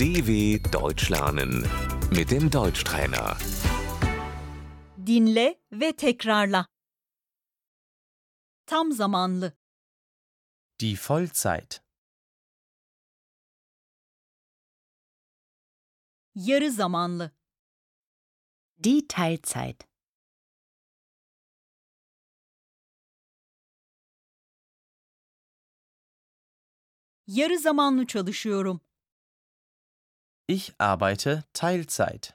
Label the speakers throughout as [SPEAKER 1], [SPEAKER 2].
[SPEAKER 1] DW Deutsch lernen mit dem Deutschtrainer.
[SPEAKER 2] Dinle ve tekrarla. Tam zamanlı,
[SPEAKER 3] Die Vollzeit,
[SPEAKER 2] yarı zamanlı,
[SPEAKER 4] Die Teilzeit.
[SPEAKER 2] yarı zamanlı çalışıyorum.
[SPEAKER 3] ich arbeite Teilzeit,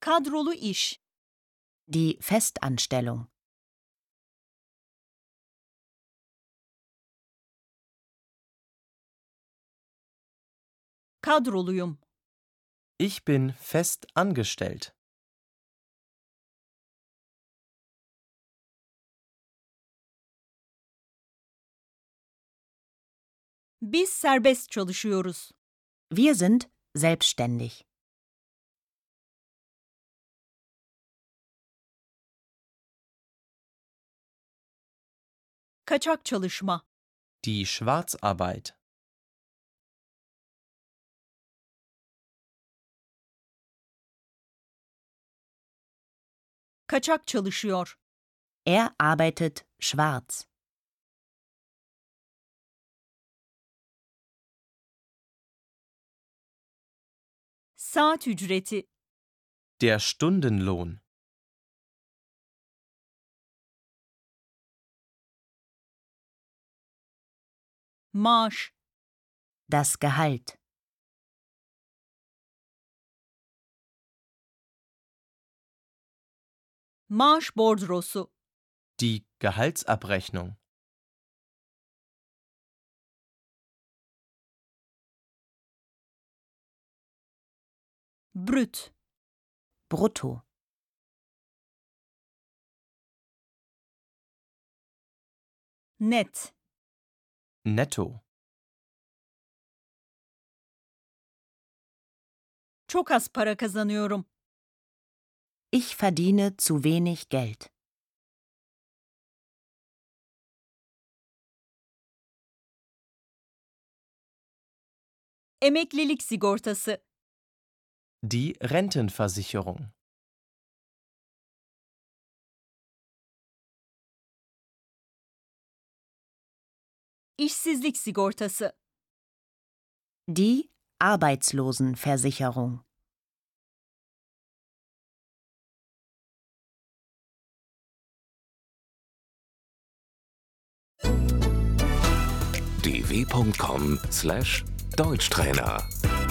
[SPEAKER 2] Kadrolu iş,
[SPEAKER 4] Die Festanstellung.
[SPEAKER 2] kadroluyum.
[SPEAKER 3] ich bin fest angestellt,
[SPEAKER 2] Biz serbest çalışıyoruz.
[SPEAKER 4] Wir sind selbstständig.
[SPEAKER 2] Kaçak çalışma,
[SPEAKER 3] die Schwarzarbeit,
[SPEAKER 2] kaçak çalışıyor.
[SPEAKER 4] Er arbeitet schwarz.
[SPEAKER 2] Saat ücreti,
[SPEAKER 3] der Stundenlohn,
[SPEAKER 2] maaş,
[SPEAKER 4] Das Gehalt.
[SPEAKER 2] maaş bordrosu,
[SPEAKER 3] die Gehaltsabrechnung,
[SPEAKER 2] brüt,
[SPEAKER 4] Brutto.
[SPEAKER 2] net,
[SPEAKER 3] netto,
[SPEAKER 2] çok az para kazanıyorum.
[SPEAKER 4] Ich verdiene zu wenig Geld.
[SPEAKER 2] Emeklilik sigortası,
[SPEAKER 3] die Rentenversicherung,
[SPEAKER 2] işsizlik sigortası,
[SPEAKER 4] Die Arbeitslosenversicherung.
[SPEAKER 1] dw.com/deutschtrainer